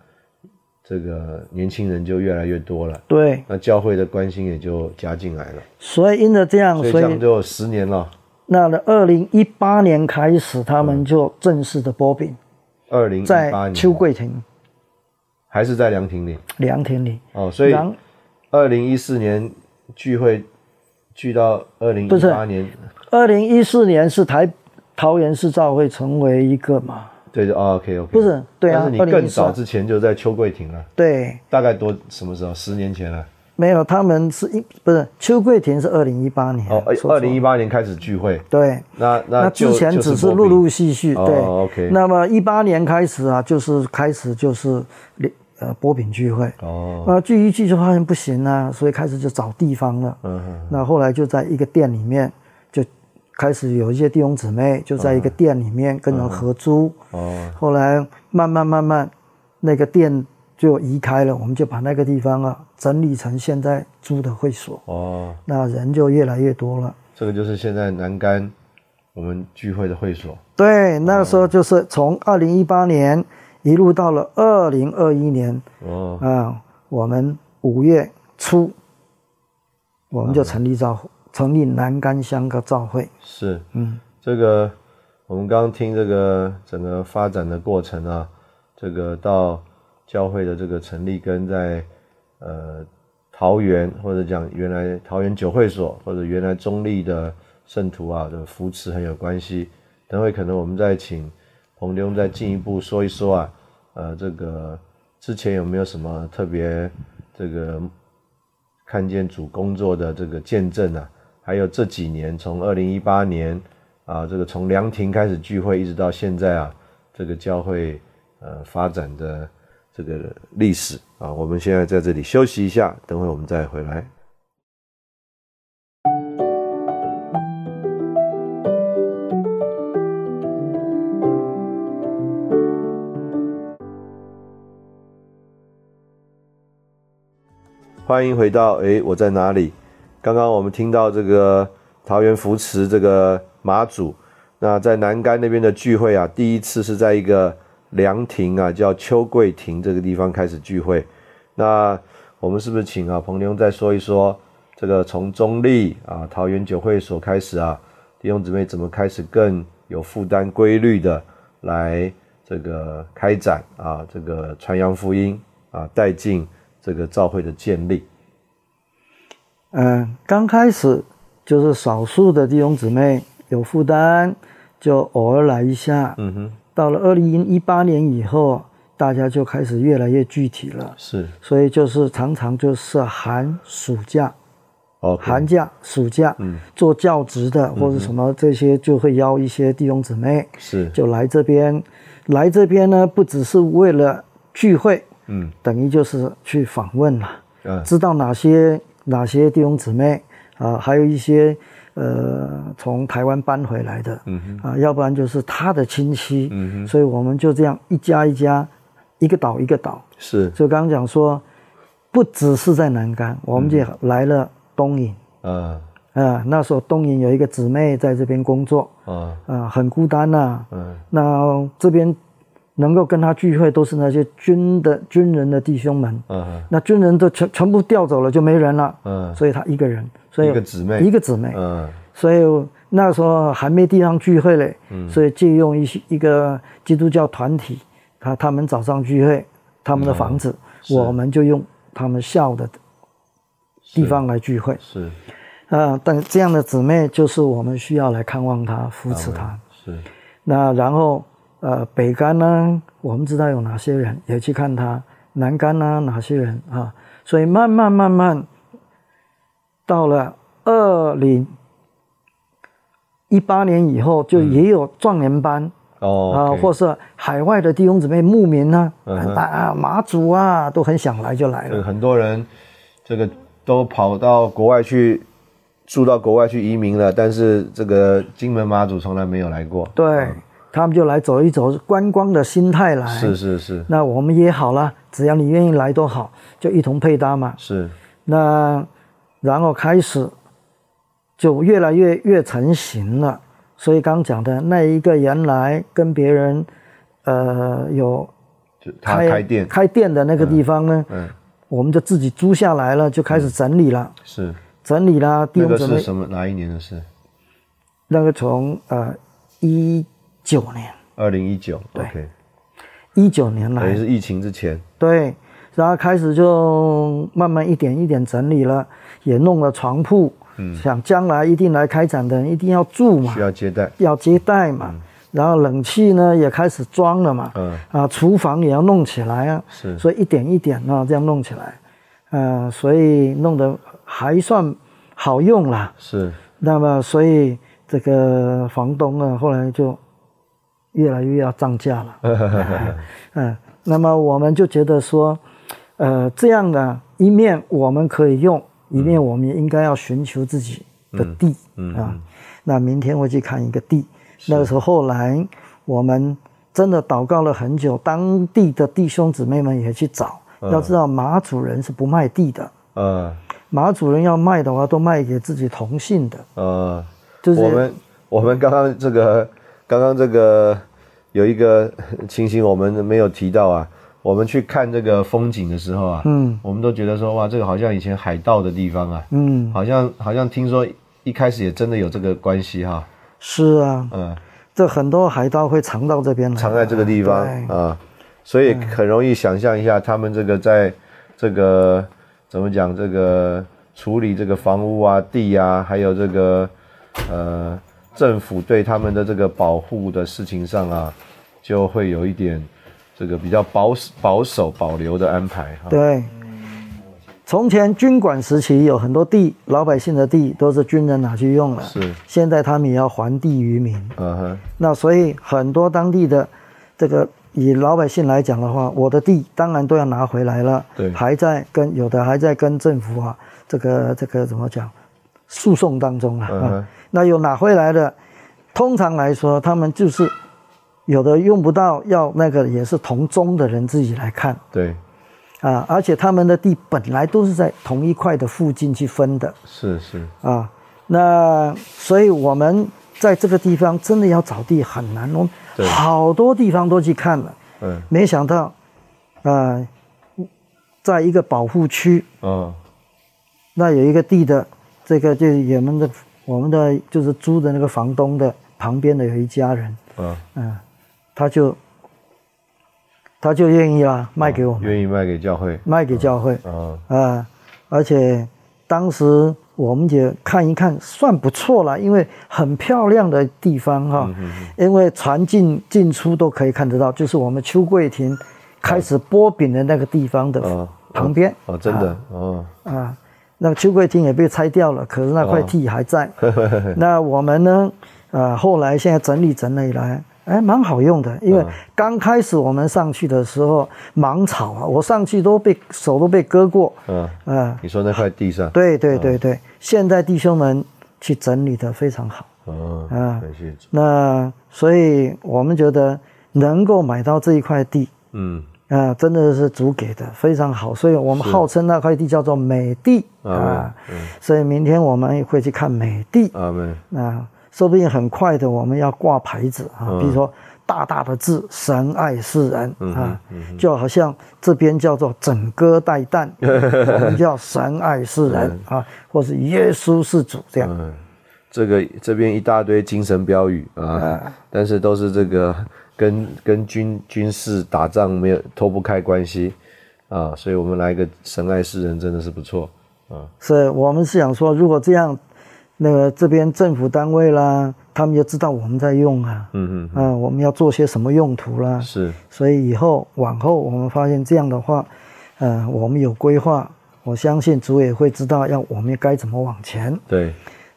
Speaker 2: 这个年轻人就越来越多了。
Speaker 3: 对，
Speaker 2: 那教会的关心也就加进来了，
Speaker 3: 所以因着这样，
Speaker 2: 所以这
Speaker 3: 哦所
Speaker 2: 样
Speaker 3: 以
Speaker 2: 就有十年了。
Speaker 3: 那二零一八年开始，他们就正式的波饼
Speaker 2: 二嗯零一八
Speaker 3: 在
Speaker 2: 年
Speaker 3: 秋桂亭
Speaker 2: 还是在凉亭里
Speaker 3: 凉亭里，
Speaker 2: 哦，所以
Speaker 3: 然
Speaker 2: 二零一四年聚会聚到二零
Speaker 3: 不
Speaker 2: 一
Speaker 3: 是
Speaker 2: 八年，
Speaker 3: 二零一四年是台桃园市照会成为一个嘛，
Speaker 2: 对对哦，OK OK，
Speaker 3: 不是对啊
Speaker 2: 但是你更
Speaker 3: 2014
Speaker 2: 早
Speaker 3: 啊
Speaker 2: 之前就在秋桂亭了，
Speaker 3: 对，
Speaker 2: 大概多什么时候？十年前了。
Speaker 3: 没有，他们是一不是邱桂婷是二零一八年
Speaker 2: 哦，
Speaker 3: 哎说错了
Speaker 2: 二零一八年开始聚会，
Speaker 3: 对，
Speaker 2: 那那
Speaker 3: 那
Speaker 2: 就
Speaker 3: 之前只
Speaker 2: 就是是
Speaker 3: 陆陆续续
Speaker 2: 哦
Speaker 3: 对。
Speaker 2: OK
Speaker 3: 那么一八年开始啊，就是开始就是呃波饼聚会，
Speaker 2: 哦，
Speaker 3: 那聚一聚就发现不行啊，所以开始就找地方了。
Speaker 2: 嗯哼，
Speaker 3: 那后来就在一个店里面就开始有一些弟兄姊妹就在一
Speaker 2: 嗯
Speaker 3: 个店里面跟人合租，
Speaker 2: 哦，
Speaker 3: 后来慢慢慢慢那个店就移开了，我们就把那个地方啊整理成现在租的会所。
Speaker 2: 哦，
Speaker 3: 那人就越来越多了。
Speaker 2: 这个就是现在南干我们聚会的会所，
Speaker 3: 对，那时候就是从二零一八年一路到了二零二一年
Speaker 2: 哦
Speaker 3: 啊、，我们五月初我们就成立召成立南干乡个召会。
Speaker 2: 是，
Speaker 3: 嗯，
Speaker 2: 这个我们刚刚听这个整个发展的过程啊，这个到教会的这个成立跟在呃桃园或者讲原来桃园九会所或者原来中立的圣徒啊的扶持很有关系。等会可能我们再请彭弟兄再进一步说一说啊，呃，这个之前有没有什么特别这个看见主工作的这个见证啊，还有这几年从二零一八年啊，这个从凉亭开始聚会，一直到现在啊，这个教会呃发展的这个历史啊，我们现在在这里休息一下，等会我们再回来。欢迎回到诶，我在哪里？刚刚我们听到这个桃园扶持这个马祖，那在南竿那边的聚会啊，第一次是在一个凉亭啊，叫秋桂亭这个地方开始聚会。那我们是不是请啊彭弟兄再说一说这个从中立啊桃园酒会所开始啊，弟兄姊妹怎么开始更有负担规律的来这个开展啊这个传扬福音啊带进。这个教会的建立，
Speaker 3: 嗯，刚开始就是少数的弟兄姊妹有负担，就偶尔来一下。
Speaker 2: 嗯哼，
Speaker 3: 到了二零一八年以后，大家就开始越来越具体了，
Speaker 2: 是
Speaker 3: 所以就是常常就是寒暑假、
Speaker 2: 哦，
Speaker 3: 寒假、暑假，
Speaker 2: 嗯
Speaker 3: 做教职的或者什么这些，就会邀一些弟兄姊妹
Speaker 2: 是
Speaker 3: 就来这边。来这边呢，不只是为了聚会，
Speaker 2: 嗯
Speaker 3: 等于就是去访问了。
Speaker 2: 嗯
Speaker 3: 知道哪些哪些弟兄姊妹啊、还有一些呃从台湾搬回来的，
Speaker 2: 嗯哼
Speaker 3: 啊、要不然就是他的亲戚，
Speaker 2: 嗯哼
Speaker 3: 所以我们就这样一家一家，一个岛一个岛。
Speaker 2: 是
Speaker 3: 就刚刚讲说，不只是在南竿，我们也来了东引
Speaker 2: 啊
Speaker 3: 啊、那时候东引有一个姊妹在这边工作
Speaker 2: 啊
Speaker 3: 啊、很孤单呐、
Speaker 2: 嗯
Speaker 3: 那这边能够跟他聚会，都是那些军的军人的弟兄们。
Speaker 2: 嗯
Speaker 3: 那军人都全全部调走了，就没人了。
Speaker 2: 嗯
Speaker 3: 所以他一个人，所以
Speaker 2: 一个姊妹
Speaker 3: 一个姊妹，
Speaker 2: 嗯
Speaker 3: 所以那时候还没地方聚会嘞，
Speaker 2: 嗯
Speaker 3: 所以借用一些一个基督教团体，他他们早上聚会，他们的房子，
Speaker 2: 嗯
Speaker 3: 我们就用他们校的地方来聚会
Speaker 2: 是
Speaker 3: 啊。但这样的姊妹就是我们需要来看望她、扶持她。
Speaker 2: 是
Speaker 3: 那然后呃，北干呢，我们知道有哪些人也去看他；南干呢，哪些人啊？所以慢慢慢慢，到了二零一八年以后，就也有壮年班。啊，
Speaker 2: 哦
Speaker 3: 或是海外的弟兄姊妹牧民呢、
Speaker 2: 嗯哼嗯
Speaker 3: 啊，啊，马祖啊，都很想来就来
Speaker 2: 这个
Speaker 3: 了。
Speaker 2: 很多人这个都跑到国外去住到国外去移民了，但是这个金门马祖从来没有来过，
Speaker 3: 对，他们就来走一走，观光的心态来。
Speaker 2: 是是是
Speaker 3: 那我们也好了，只要你愿意来都好，就一同配搭嘛。
Speaker 2: 是
Speaker 3: 那然后开始就越来越越成型了。所以刚讲的那一个原来跟别人呃有
Speaker 2: 就他开店
Speaker 3: 开店的那个地方呢，
Speaker 2: 嗯
Speaker 3: 我们就自己租下来了，就开始整理了，
Speaker 2: 是
Speaker 3: 整理啦，弟
Speaker 2: 那
Speaker 3: 兄
Speaker 2: 个
Speaker 3: 姊
Speaker 2: 是
Speaker 3: 妹，
Speaker 2: 什么哪一年的事？
Speaker 3: 那个从呃一九年
Speaker 2: 二零一九，OK，
Speaker 3: 一九年
Speaker 2: 等于
Speaker 3: 来，
Speaker 2: 是疫情之前，
Speaker 3: 对，然后开始就慢慢一点一点整理了，也弄了床铺，想将来一定来开展的人一定要住嘛
Speaker 2: 嗯需，要接待，
Speaker 3: 要接待嘛，然后冷气呢也开始装了嘛，
Speaker 2: 嗯
Speaker 3: 啊，厨房也要弄起来啊，
Speaker 2: 是
Speaker 3: 所以一点一点啊这样弄起来，呃，所以弄得还算好用啦。
Speaker 2: 是
Speaker 3: 那么所以这个房东啊，后来就越来越要涨价了，嗯，那么我们就觉得说，呃，这样的一面我们可以用，
Speaker 2: 嗯
Speaker 3: 一面我们也应该要寻求自己的地、啊。
Speaker 2: 嗯
Speaker 3: 那明天会去看一个地，那个时候后来我们真的祷告了很久，当地的弟兄姊妹们也去找。
Speaker 2: 嗯
Speaker 3: 要知道马主人是不卖地的，
Speaker 2: 呃
Speaker 3: 马主人要卖的话都卖给自己同姓的，
Speaker 2: 呃，
Speaker 3: 就是
Speaker 2: 我们我们刚刚这个刚刚这个有一个情形我们没有提到啊，我们去看这个风景的时候啊，
Speaker 3: 嗯
Speaker 2: 我们都觉得说哇，这个好像以前海盗的地方啊，
Speaker 3: 嗯，
Speaker 2: 好像好像听说一开始也真的有这个关系哈、
Speaker 3: 是啊，
Speaker 2: 嗯，
Speaker 3: 这很多海盗会藏到这边来，
Speaker 2: 藏在这个地方
Speaker 3: 哎对嗯
Speaker 2: 啊，所以很容易想象一下他们这个在这个怎么讲这个处理这个房屋啊、地啊，还有这个呃政府对他们的这个保护的事情上啊，就会有一啊点这个比较保守保守保留的安排哈、
Speaker 3: 对，从前军管时期有很多地，老百姓的地都是军人拿去用了，
Speaker 2: 是，
Speaker 3: 现在他们也要还地于民。
Speaker 2: 嗯哼，
Speaker 3: 那所以很多当地的这个以老百姓来讲的话，我的地当然都要拿回来了，
Speaker 2: 对
Speaker 3: 还在跟有的还在跟政府啊，这个这个怎么讲，诉讼当中啊，
Speaker 2: 嗯哼
Speaker 3: 啊那有拿回来的，通常来说他们就是有的用不到，要那个也是同宗的人自己来看
Speaker 2: 对，
Speaker 3: 啊，而且他们的地本来都是在同一块的附近去分的，
Speaker 2: 是是，
Speaker 3: 啊，那所以我们在这个地方真的要找地很难，我们
Speaker 2: 对
Speaker 3: 好多地方都去看了，
Speaker 2: 嗯，
Speaker 3: 没想到，呃，在一个保护区，
Speaker 2: 哦，
Speaker 3: 那有一个地的，这个就是我们的我们的就是租的那个房东的旁边的有一家人，
Speaker 2: 嗯，
Speaker 3: 嗯、他就他就愿意啦，卖给我们，
Speaker 2: 愿意卖给教会，
Speaker 3: 卖给教会，
Speaker 2: 嗯，
Speaker 3: 啊，而且当时我们也看一看，算不错了，因为很漂亮的地方哈、
Speaker 2: 嗯
Speaker 3: 因为船进进出都可以看得到，就是我们秋桂亭开始波饼的那个地方的
Speaker 2: 嗯哦
Speaker 3: 旁边
Speaker 2: 哦，真的，哦，
Speaker 3: 啊，那个秋桂亭也被拆掉了，可是那块
Speaker 2: 哦
Speaker 3: 地还在。那我们呢，呃，后来现在整理整理来，哎，蛮好用的。因为
Speaker 2: 嗯
Speaker 3: 刚开始我们上去的时候，芒草啊，我上去都被手都被割过，
Speaker 2: 嗯，
Speaker 3: 啊、
Speaker 2: 你说那块地上，
Speaker 3: 对对对对，现在弟兄们去整理的非常好。
Speaker 2: 哦，
Speaker 3: 啊
Speaker 2: 感谢主，
Speaker 3: 那所以我们觉得能够买到这一块地，
Speaker 2: 嗯，
Speaker 3: 啊、真的是主给的非常好，所以我们号称那块地叫做美地
Speaker 2: 啊
Speaker 3: 啊、所以明天我们也会去看美地啊、
Speaker 2: 阿门，
Speaker 3: 说不定很快的我们要挂牌子啊，
Speaker 2: 嗯
Speaker 3: 比如说大大的字“神爱世人”
Speaker 2: 嗯哼
Speaker 3: 啊、就好像这边叫做整个带 蛋，我们叫神爱世人啊，或是耶稣是主这样。
Speaker 2: 嗯，这个这边一大堆精神标语啊，但是都是这个跟跟军军事打仗没有脱不开关系啊，所以我们来个神爱世人真的是不错啊，
Speaker 3: 是我们是想说，如果这样，那个这边政府单位啦，他们就知道我们在用啊，
Speaker 2: 嗯
Speaker 3: 啊，我们要做些什么用途啦
Speaker 2: 嗯，。是，
Speaker 3: 所以以后往后我们发现这样的话，呃，我们有规划，我相信主也会知道要我们该怎么往前。
Speaker 2: 对，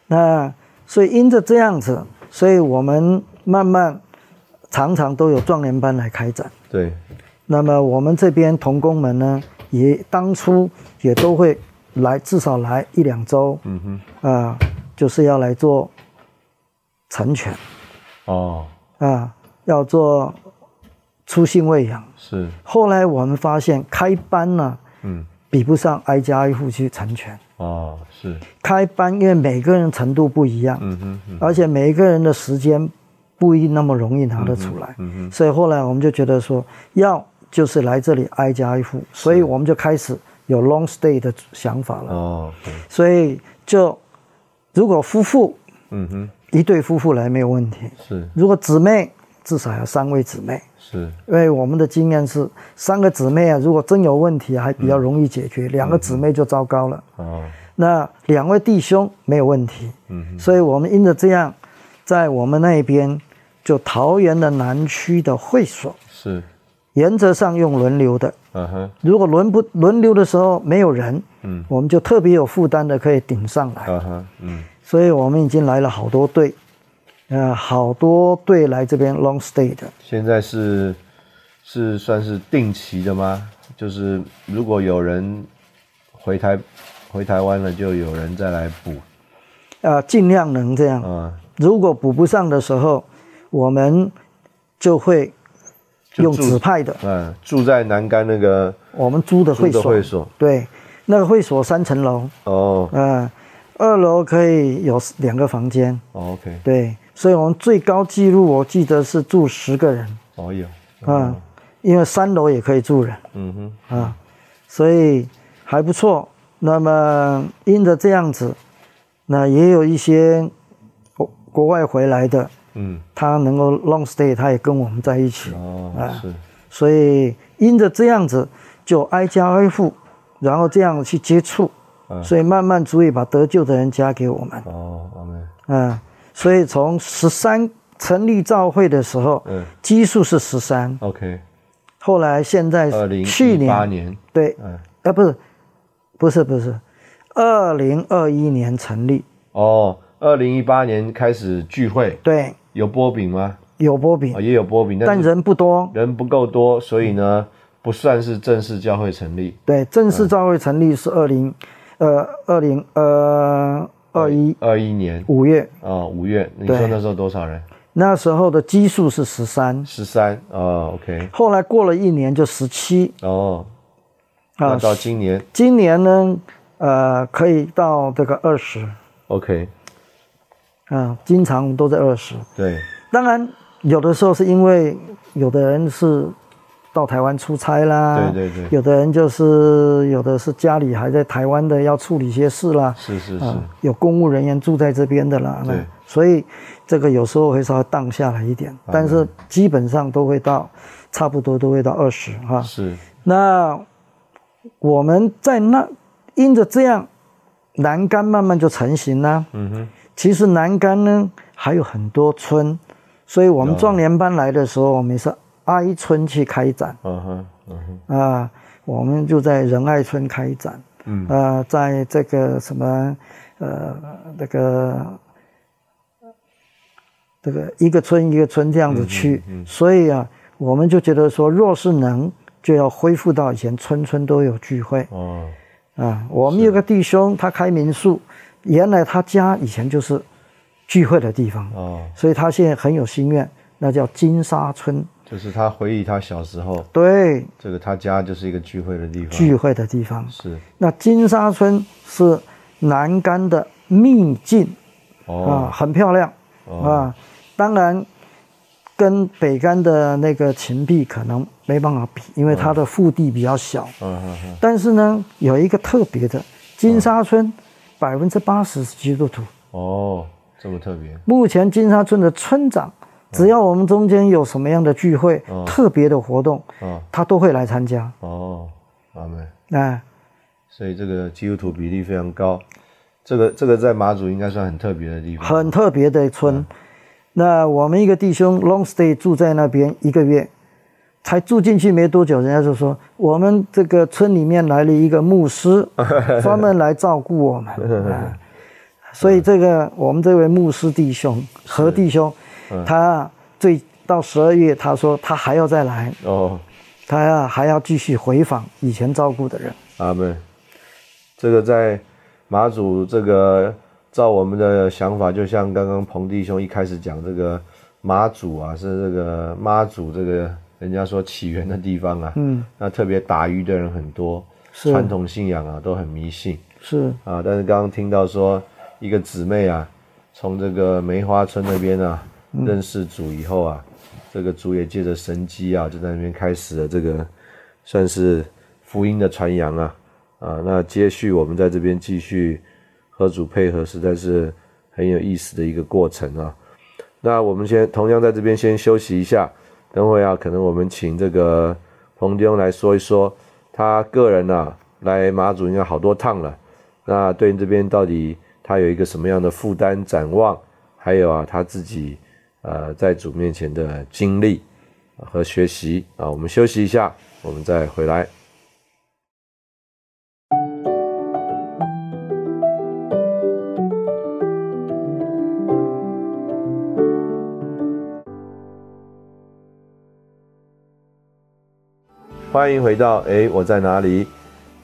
Speaker 3: 那所以因着这样子，所以我们慢慢常常都有壮年班来开展。
Speaker 2: 对，
Speaker 3: 那么我们这边童工们呢，也当初也都会来，至少来一两周，
Speaker 2: 嗯哼，
Speaker 3: 啊，就是要来做成全
Speaker 2: 哦，
Speaker 3: 啊，要做初心喂养。
Speaker 2: 是，
Speaker 3: 后来我们发现开班呢、
Speaker 2: 嗯，
Speaker 3: 比不上挨家挨户去成全。
Speaker 2: 哦，是，
Speaker 3: 开班因为每个人程度不一样，
Speaker 2: 嗯哼，嗯
Speaker 3: 而且每一个人的时间不一那么容易拿得出来，
Speaker 2: 嗯
Speaker 3: 所以后来我们就觉得说，要就是来这里挨家挨户，所以我们就开始有 long stay 的想法
Speaker 2: 哼，
Speaker 3: 了。
Speaker 2: 哦，对
Speaker 3: 所以就如果夫妇
Speaker 2: 嗯哼，
Speaker 3: 一对夫妇来没有问题，
Speaker 2: 是
Speaker 3: 如果姊妹至少要三位姊妹，
Speaker 2: 是，
Speaker 3: 因为我们的经验是三个姊妹啊，如果真有问题啊还比较容易解
Speaker 2: 嗯
Speaker 3: 决，两个姊妹就糟糕了。
Speaker 2: 哦，
Speaker 3: 那两位弟兄没有问题，
Speaker 2: 嗯
Speaker 3: 所以我们因着这样，在我们那边就桃园的南区的会所，
Speaker 2: 是，
Speaker 3: 原则上用轮流的。
Speaker 2: 嗯哼，
Speaker 3: 如果轮不轮流的时候没有人，
Speaker 2: 嗯，
Speaker 3: 我们就特别有负担的可以顶上来。
Speaker 2: 啊哈，嗯，
Speaker 3: 所以我们已经来了好多队，呃，好多队来这边 long stay 的。
Speaker 2: 现在是是算是定期的吗？就是如果有人回台回台湾了，就有人再来补
Speaker 3: 啊，尽量能这样。
Speaker 2: 啊、
Speaker 3: 如果补不上的时候，我们就会
Speaker 2: 就
Speaker 3: 用
Speaker 2: 住
Speaker 3: 指派的，
Speaker 2: 嗯，住在南干那个
Speaker 3: 我们租的
Speaker 2: 租
Speaker 3: 会
Speaker 2: 的
Speaker 3: 所。
Speaker 2: 会所
Speaker 3: 对，那个会所三层楼，
Speaker 2: 哦、
Speaker 3: 呃，二楼可以有两个房间。
Speaker 2: o k
Speaker 3: 对，所以我们最高纪录我记得是住十个人
Speaker 2: 哦有，
Speaker 3: 啊、因为三楼也可以住人。
Speaker 2: 嗯哼，
Speaker 3: 啊，所以还不错。那么因着这样子，那也有一些国国外回来的，
Speaker 2: 嗯，
Speaker 3: 他能够 long stay，他也跟我们在一起，
Speaker 2: 哦、
Speaker 3: 啊
Speaker 2: 是，
Speaker 3: 所以因着这样子就挨家挨户，然后这样去接触，
Speaker 2: 嗯
Speaker 3: 所以慢慢足以把得救的人加给我们，
Speaker 2: 哦，阿门，
Speaker 3: 啊，所以从十三成立教会的时候，
Speaker 2: 嗯
Speaker 3: 基数是十三，
Speaker 2: ，OK，
Speaker 3: 后来现在
Speaker 2: 二零
Speaker 3: 去
Speaker 2: 一八
Speaker 3: 年
Speaker 2: 年，
Speaker 3: 对，呃
Speaker 2: 嗯，
Speaker 3: 啊，不是，不是不是，二零二一年成立，
Speaker 2: 哦，二零一八年开始聚会，
Speaker 3: 对，
Speaker 2: 有波饼吗？
Speaker 3: 有波比
Speaker 2: 啊、，也有波饼，但
Speaker 3: 但
Speaker 2: 是
Speaker 3: 人不多。
Speaker 2: 人不够多，所以呢，不算是正式教会成立。
Speaker 3: 对，正
Speaker 2: 嗯
Speaker 3: 式教会成立是二零，呃，二零呃二一
Speaker 2: 二一年
Speaker 3: 五月，
Speaker 2: 啊，五、月，你说
Speaker 3: 对
Speaker 2: 那时候多少人？
Speaker 3: 那时候的基数是十三，
Speaker 2: 十三啊，OK，
Speaker 3: 后来过了一年就十七
Speaker 2: 哦，那
Speaker 3: 啊，
Speaker 2: 到今年
Speaker 3: 今年呢，呃，可以到这个二十
Speaker 2: ，OK，
Speaker 3: 啊，经常都在二十。
Speaker 2: 对，
Speaker 3: 当然，有的时候是因为有的人是到台湾出差啦，
Speaker 2: 对对对
Speaker 3: 有的人就是有的是家里还在台湾的，要处理一些事啦，
Speaker 2: 是是是，
Speaker 3: 啊、有公务人员住在这边的啦，
Speaker 2: 对
Speaker 3: 那所以这个有时候会稍微荡下来一点，
Speaker 2: 啊
Speaker 3: 但是基本上都会到，差不多都会到二十
Speaker 2: 嗯
Speaker 3: 哈。
Speaker 2: 是
Speaker 3: 那我们在那因着这样，栏杆慢慢就成型啦、
Speaker 2: 嗯哼，
Speaker 3: 其实南竿呢还有很多村，所以我们
Speaker 2: 有
Speaker 3: 壮年班来的时候，我们也是挨村去开展
Speaker 2: 嗯哼，嗯哼，
Speaker 3: 啊、我们就在仁爱村开展，
Speaker 2: 嗯
Speaker 3: 呃，在这个什么呃那个这个一个村一个村这样子去，
Speaker 2: 嗯
Speaker 3: 所以啊，我们就觉得说，若是能，就要恢复到以前村村都有聚会。
Speaker 2: 哦，
Speaker 3: 啊，我们有个弟兄，他开民宿，原来他家以前就是聚会的地方，
Speaker 2: 哦，
Speaker 3: 所以他现在很有心愿，那叫金沙村，
Speaker 2: 就是他回忆他小时候，
Speaker 3: 对，
Speaker 2: 这个他家就是一个聚会的地方，
Speaker 3: 聚会的地方。
Speaker 2: 是，
Speaker 3: 那金沙村是南竿的秘境啊，
Speaker 2: 哦，
Speaker 3: 很漂亮啊，当然。跟北竿的那个秦壁可能没办法比，因为它的腹地比较小。
Speaker 2: 嗯哼哼，
Speaker 3: 但是呢，有一个特别的，金沙
Speaker 2: 嗯
Speaker 3: 村百分之八十是基督徒，
Speaker 2: 哦，这么特别，
Speaker 3: 目前金沙村的村长，只要我们中间有什么样的聚会、
Speaker 2: 嗯
Speaker 3: 特别的活动，
Speaker 2: 哦，
Speaker 3: 他都会来参加。
Speaker 2: 哦，阿门。
Speaker 3: 哎，
Speaker 2: 所以这个基督徒比例非常高。这个这个在马祖应该算很特别的地方。
Speaker 3: 很特别的村。
Speaker 2: 嗯
Speaker 3: 那我们一个弟兄 long stay 住在那边一个月，才住进去没多久，人家就说我们这个村里面来了一个 牧师，专门来照顾我们。哎所以这个我们这位牧师弟兄何弟兄，
Speaker 2: 嗯
Speaker 3: 他最到十二月，他说他还要再来。
Speaker 2: 哦，
Speaker 3: 他呀还要继续回访以前照顾的人。
Speaker 2: 阿门。啊这个在马祖，这个照我们的想法，就像刚刚彭弟兄一开始讲，这个马祖啊，是这个妈祖这个人家说起源的地方啊。嗯。那特别打鱼的人很多，
Speaker 3: 是
Speaker 2: 传统信仰啊都很迷信。
Speaker 3: 是
Speaker 2: 啊，但是刚刚听到说一个姊妹啊，从这个梅花村那边啊认识主以后啊，这个主也借着神机啊，就在那边开始了这个算是福音的传扬啊啊，那接续我们在这边继续和主配合，实在是很有意思的一个过程啊。那我们先同样在这边先休息一下，等会啊，可能我们请这个彭弟兄来说一说他个人啊来马祖应该好多趟了。那对你这边到底他有一个什么样的负担展望？还有啊，他自己呃在主面前的经历和学习啊，我们休息一下，我们再回来。欢迎回到诶，我在哪里？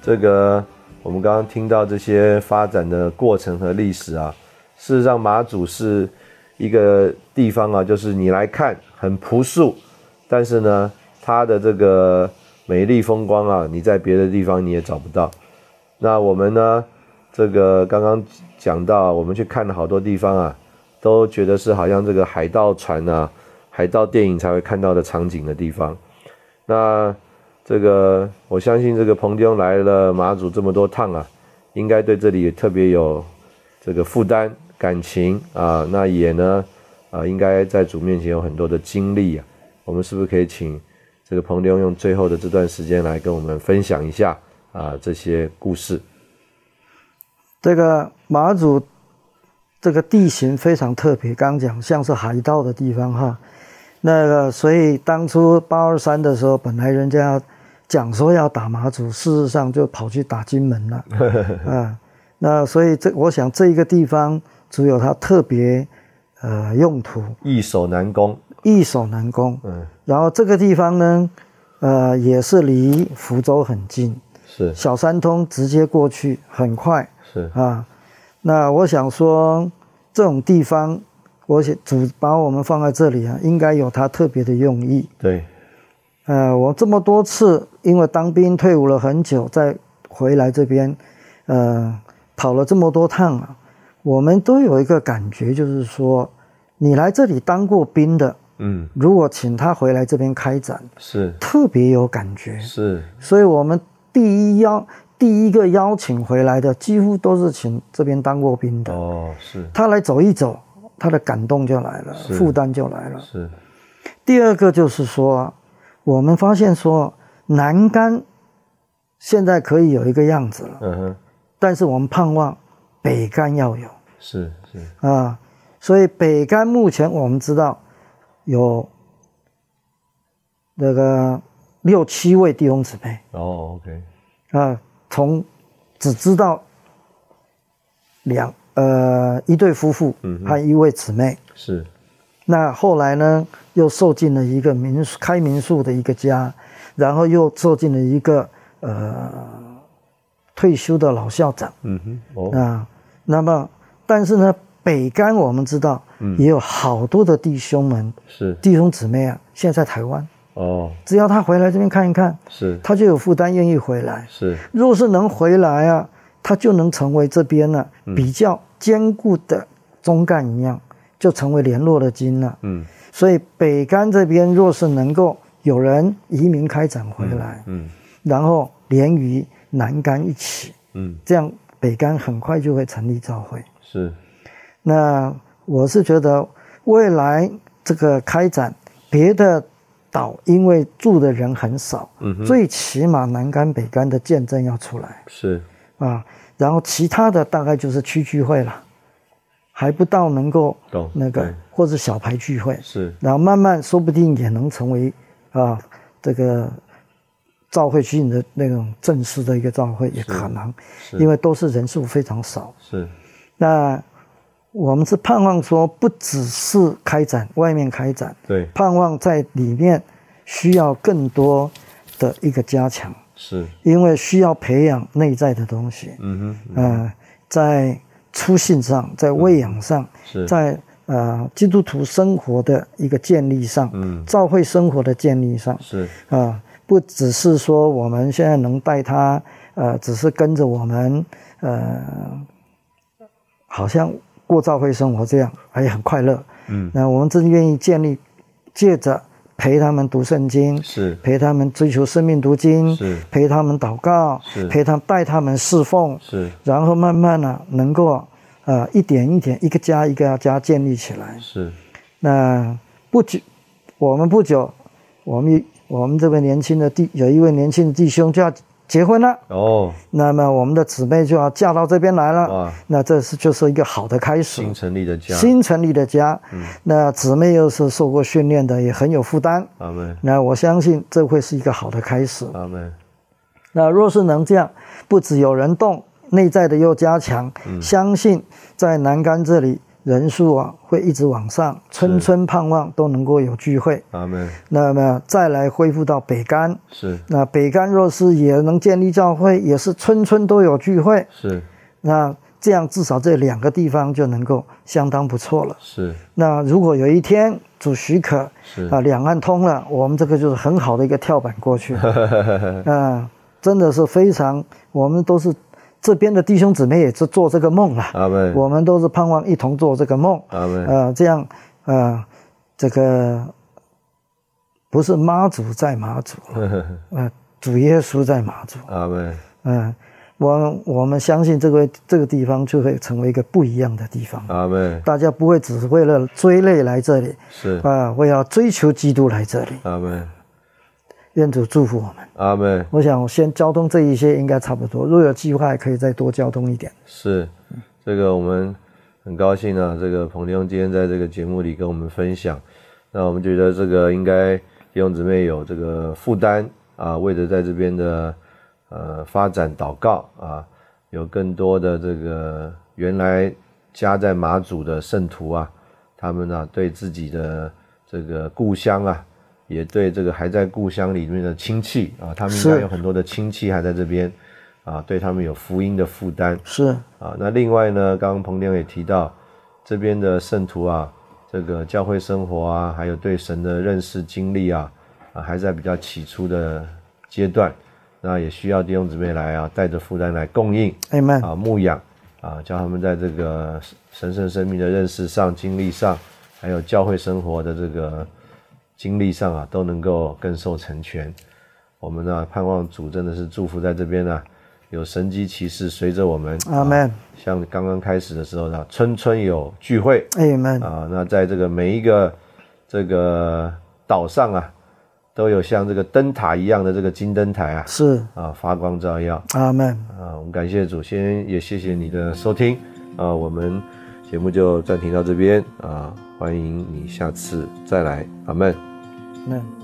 Speaker 2: 这个我们刚刚听到这些发展的过程和历史啊，事实上马祖是一个地方啊，就是你来看很朴素，但是呢，它的这个美丽风光啊，你在别的地方你也找不到。那我们呢，这个刚刚讲到啊，我们去看了好多地方啊，都觉得是好像这个海盗船啊、海盗电影才会看到的场景的地方。那这个我相信这个彭兄来了马祖这么多趟啊，应该对这里也特别有这个负担感情啊，那也呢啊，应该在主面前有很多的经历啊。我们是不是可以请这个彭兄用最后的这段时间来跟我们分享一下啊这些故事？
Speaker 3: 这个马祖这个地形非常特别，刚讲像是海盗的地方哈。那个，所以当初八二三的时候，本来人家讲说要打马祖，事实上就跑去打金门了啊。那所以这我想这一个地方只有它特别呃用途，
Speaker 2: 易守难攻，
Speaker 3: 易守难攻。
Speaker 2: 嗯，
Speaker 3: 然后这个地方呢，呃，也是离福州很近，
Speaker 2: 是
Speaker 3: 小三通直接过去很快
Speaker 2: 是，
Speaker 3: 啊。那我想说，这种地方，我想主把我们放在这里啊，应该有它特别的用意。
Speaker 2: 对，
Speaker 3: 呃，我这么多次因为当兵退伍了很久，再回来这边，呃，跑了这么多趟啊，我们都有一个感觉，就是说，你来这里当过兵的，
Speaker 2: 嗯，
Speaker 3: 如果请他回来这边开展，
Speaker 2: 是
Speaker 3: 特别有感觉。
Speaker 2: 是，
Speaker 3: 所以我们第一邀第一个邀请回来的，几乎都是请这边当过兵的，
Speaker 2: 哦，是
Speaker 3: 他来走一走，他的感动就来了，
Speaker 2: 是
Speaker 3: 负担就来了。
Speaker 2: 是，
Speaker 3: 第二个就是说，我们发现说南竿现在可以有一个样子了，
Speaker 2: 嗯哼，
Speaker 3: 但是我们盼望北竿要有
Speaker 2: 是是，
Speaker 3: 啊，所以北竿目前我们知道有那个六七位弟兄姊妹
Speaker 2: 哦，OK，
Speaker 3: 啊，从只知道两呃一对夫妇
Speaker 2: 嗯哼
Speaker 3: 和一位姊妹，
Speaker 2: 是
Speaker 3: 那后来呢，又受尽了一个民宿开民宿的一个家，然后又受尽了一个呃退休的老校长
Speaker 2: 嗯哼，
Speaker 3: 啊、
Speaker 2: 哦，
Speaker 3: 那么，但是呢，北干我们知道，也有好多的弟兄们、
Speaker 2: 是
Speaker 3: 弟兄姊妹啊，现在在台湾，
Speaker 2: 哦，
Speaker 3: 只要他回来这边看一看，
Speaker 2: 是
Speaker 3: 他就有负担，愿意回来。
Speaker 2: 是
Speaker 3: 若是能回来啊，他就能成为这边呢、比较坚固的中干一样，就成为联络的筋了、
Speaker 2: 嗯
Speaker 3: 所以北干这边若是能够有人移民开展回来，
Speaker 2: 嗯
Speaker 3: 然后连于南干一起，
Speaker 2: 嗯
Speaker 3: 这样北干很快就会成立教会。
Speaker 2: 是
Speaker 3: 那我是觉得未来这个开展别的岛，因为住的人很少，
Speaker 2: 嗯哼
Speaker 3: 最起码南干北干的见证要出来
Speaker 2: 是
Speaker 3: 啊，然后其他的大概就是区聚会了，还不到能够
Speaker 2: 懂
Speaker 3: 那个
Speaker 2: 对
Speaker 3: 或者小牌聚会。
Speaker 2: 是
Speaker 3: 然后慢慢说不定也能成为啊这个召会区的那种正式的一个召会也可能，
Speaker 2: 是
Speaker 3: 因为都是人数非常少。
Speaker 2: 是
Speaker 3: 那我们是盼望说，不只是开展外面开展，
Speaker 2: 对
Speaker 3: 盼望在里面需要更多的一个加强，
Speaker 2: 是
Speaker 3: 因为需要培养内在的东西。
Speaker 2: 嗯哼
Speaker 3: 呃，在初信上，在喂养上，
Speaker 2: 是
Speaker 3: 在呃基督徒生活的一个建立上，
Speaker 2: 嗯
Speaker 3: 教会生活的建立上，
Speaker 2: 是
Speaker 3: 啊、不只是说我们现在能带他，呃，只是跟着我们，呃，好像过教会生活这样，哎，很快乐。
Speaker 2: 嗯
Speaker 3: 那我们真愿意建立，借着陪他们读圣经，
Speaker 2: 是
Speaker 3: 陪他们追求生命读经，
Speaker 2: 是
Speaker 3: 陪他们祷告
Speaker 2: 是，
Speaker 3: 陪他带他们侍奉，
Speaker 2: 是
Speaker 3: 然后慢慢呢、能够呃一点一点，一个家一个家建立起来。
Speaker 2: 是
Speaker 3: 那不久，我们不久，我们我们这位年轻的弟有一位年轻的弟兄就要结婚了，
Speaker 2: 哦
Speaker 3: 那么我们的姊妹就要嫁到这边来了
Speaker 2: 哇。
Speaker 3: 那这是就是一个好的开始
Speaker 2: 啊新，成立的家
Speaker 3: 新成立的家。那姊妹又是受过训练的，也很有负担。
Speaker 2: 阿门
Speaker 3: 那我相信这会是一个好的开始。
Speaker 2: 阿门
Speaker 3: 那若是能这样，不只有人动，内在的又加强，相信在南竿这里人数啊会一直往上，村村盼望都能够有聚会。
Speaker 2: 阿门
Speaker 3: 那么再来恢复到北竿，
Speaker 2: 是
Speaker 3: 那北竿若是也能建立教会，也是村村都有聚会，
Speaker 2: 是
Speaker 3: 那这样至少这两个地方就能够相当不错了。
Speaker 2: 是
Speaker 3: 那如果有一天主许可，
Speaker 2: 是
Speaker 3: 啊，两岸通了，我们这个就是很好的一个跳板过去。啊，真的是非常，我们都是这边的弟兄姊妹也是做这个梦了，
Speaker 2: 阿门
Speaker 3: 我们都是盼望一同做这个梦。
Speaker 2: 阿门
Speaker 3: 呃，这样，呃，这个不是妈祖在马祖，呃，主耶稣在马祖，
Speaker 2: 阿门
Speaker 3: 嗯、我我们相信这个这个地方就会成为一个不一样的地方，
Speaker 2: 阿门
Speaker 3: 大家不会只是为了追累来这里，
Speaker 2: 是
Speaker 3: 啊，我要追求基督来这里。
Speaker 2: 阿门
Speaker 3: 愿主祝福我们。
Speaker 2: 阿门
Speaker 3: 我想先交通这一些应该差不多，若有计划还可以再多交通一点。
Speaker 2: 是这个我们很高兴啊，这个彭弟兄今天在这个节目里跟我们分享。那我们觉得这个应该弟兄姊妹有这个负担啊，为了在这边的呃发展祷告啊，有更多的这个原来家在马祖的圣徒啊，他们呢、对自己的这个故乡啊，也对这个还在故乡里面的亲戚啊，他们应该
Speaker 3: 是
Speaker 2: 有很多的亲戚还在这边啊，对他们有福音的负担。
Speaker 3: 是
Speaker 2: 啊。那另外呢，刚刚彭亮也提到，这边的圣徒啊，这个教会生活啊，还有对神的认识经历啊，啊，还在比较起初的阶段，那也需要弟兄姊妹来啊，带着负担来供应
Speaker 3: ，Amen，
Speaker 2: 啊，牧养啊，教他们在这个神圣生命的认识上、经历上，还有教会生活的这个经历上啊，都能够更受成全。我们呢、啊盼望主真的是祝福在这边啊，有神机骑士随着我们。
Speaker 3: 阿门
Speaker 2: 像刚刚开始的时候呢，村村有聚会
Speaker 3: ，Amen，
Speaker 2: 啊，那在这个每一个这个岛上啊，都有像这个灯塔一样的这个金灯台啊
Speaker 3: 是
Speaker 2: 啊发光照耀
Speaker 3: 阿门。
Speaker 2: 啊，我们感谢主，先也谢谢你的收听啊，我们节目就暂停到这边啊，欢迎你下次再来，阿门。
Speaker 3: Amen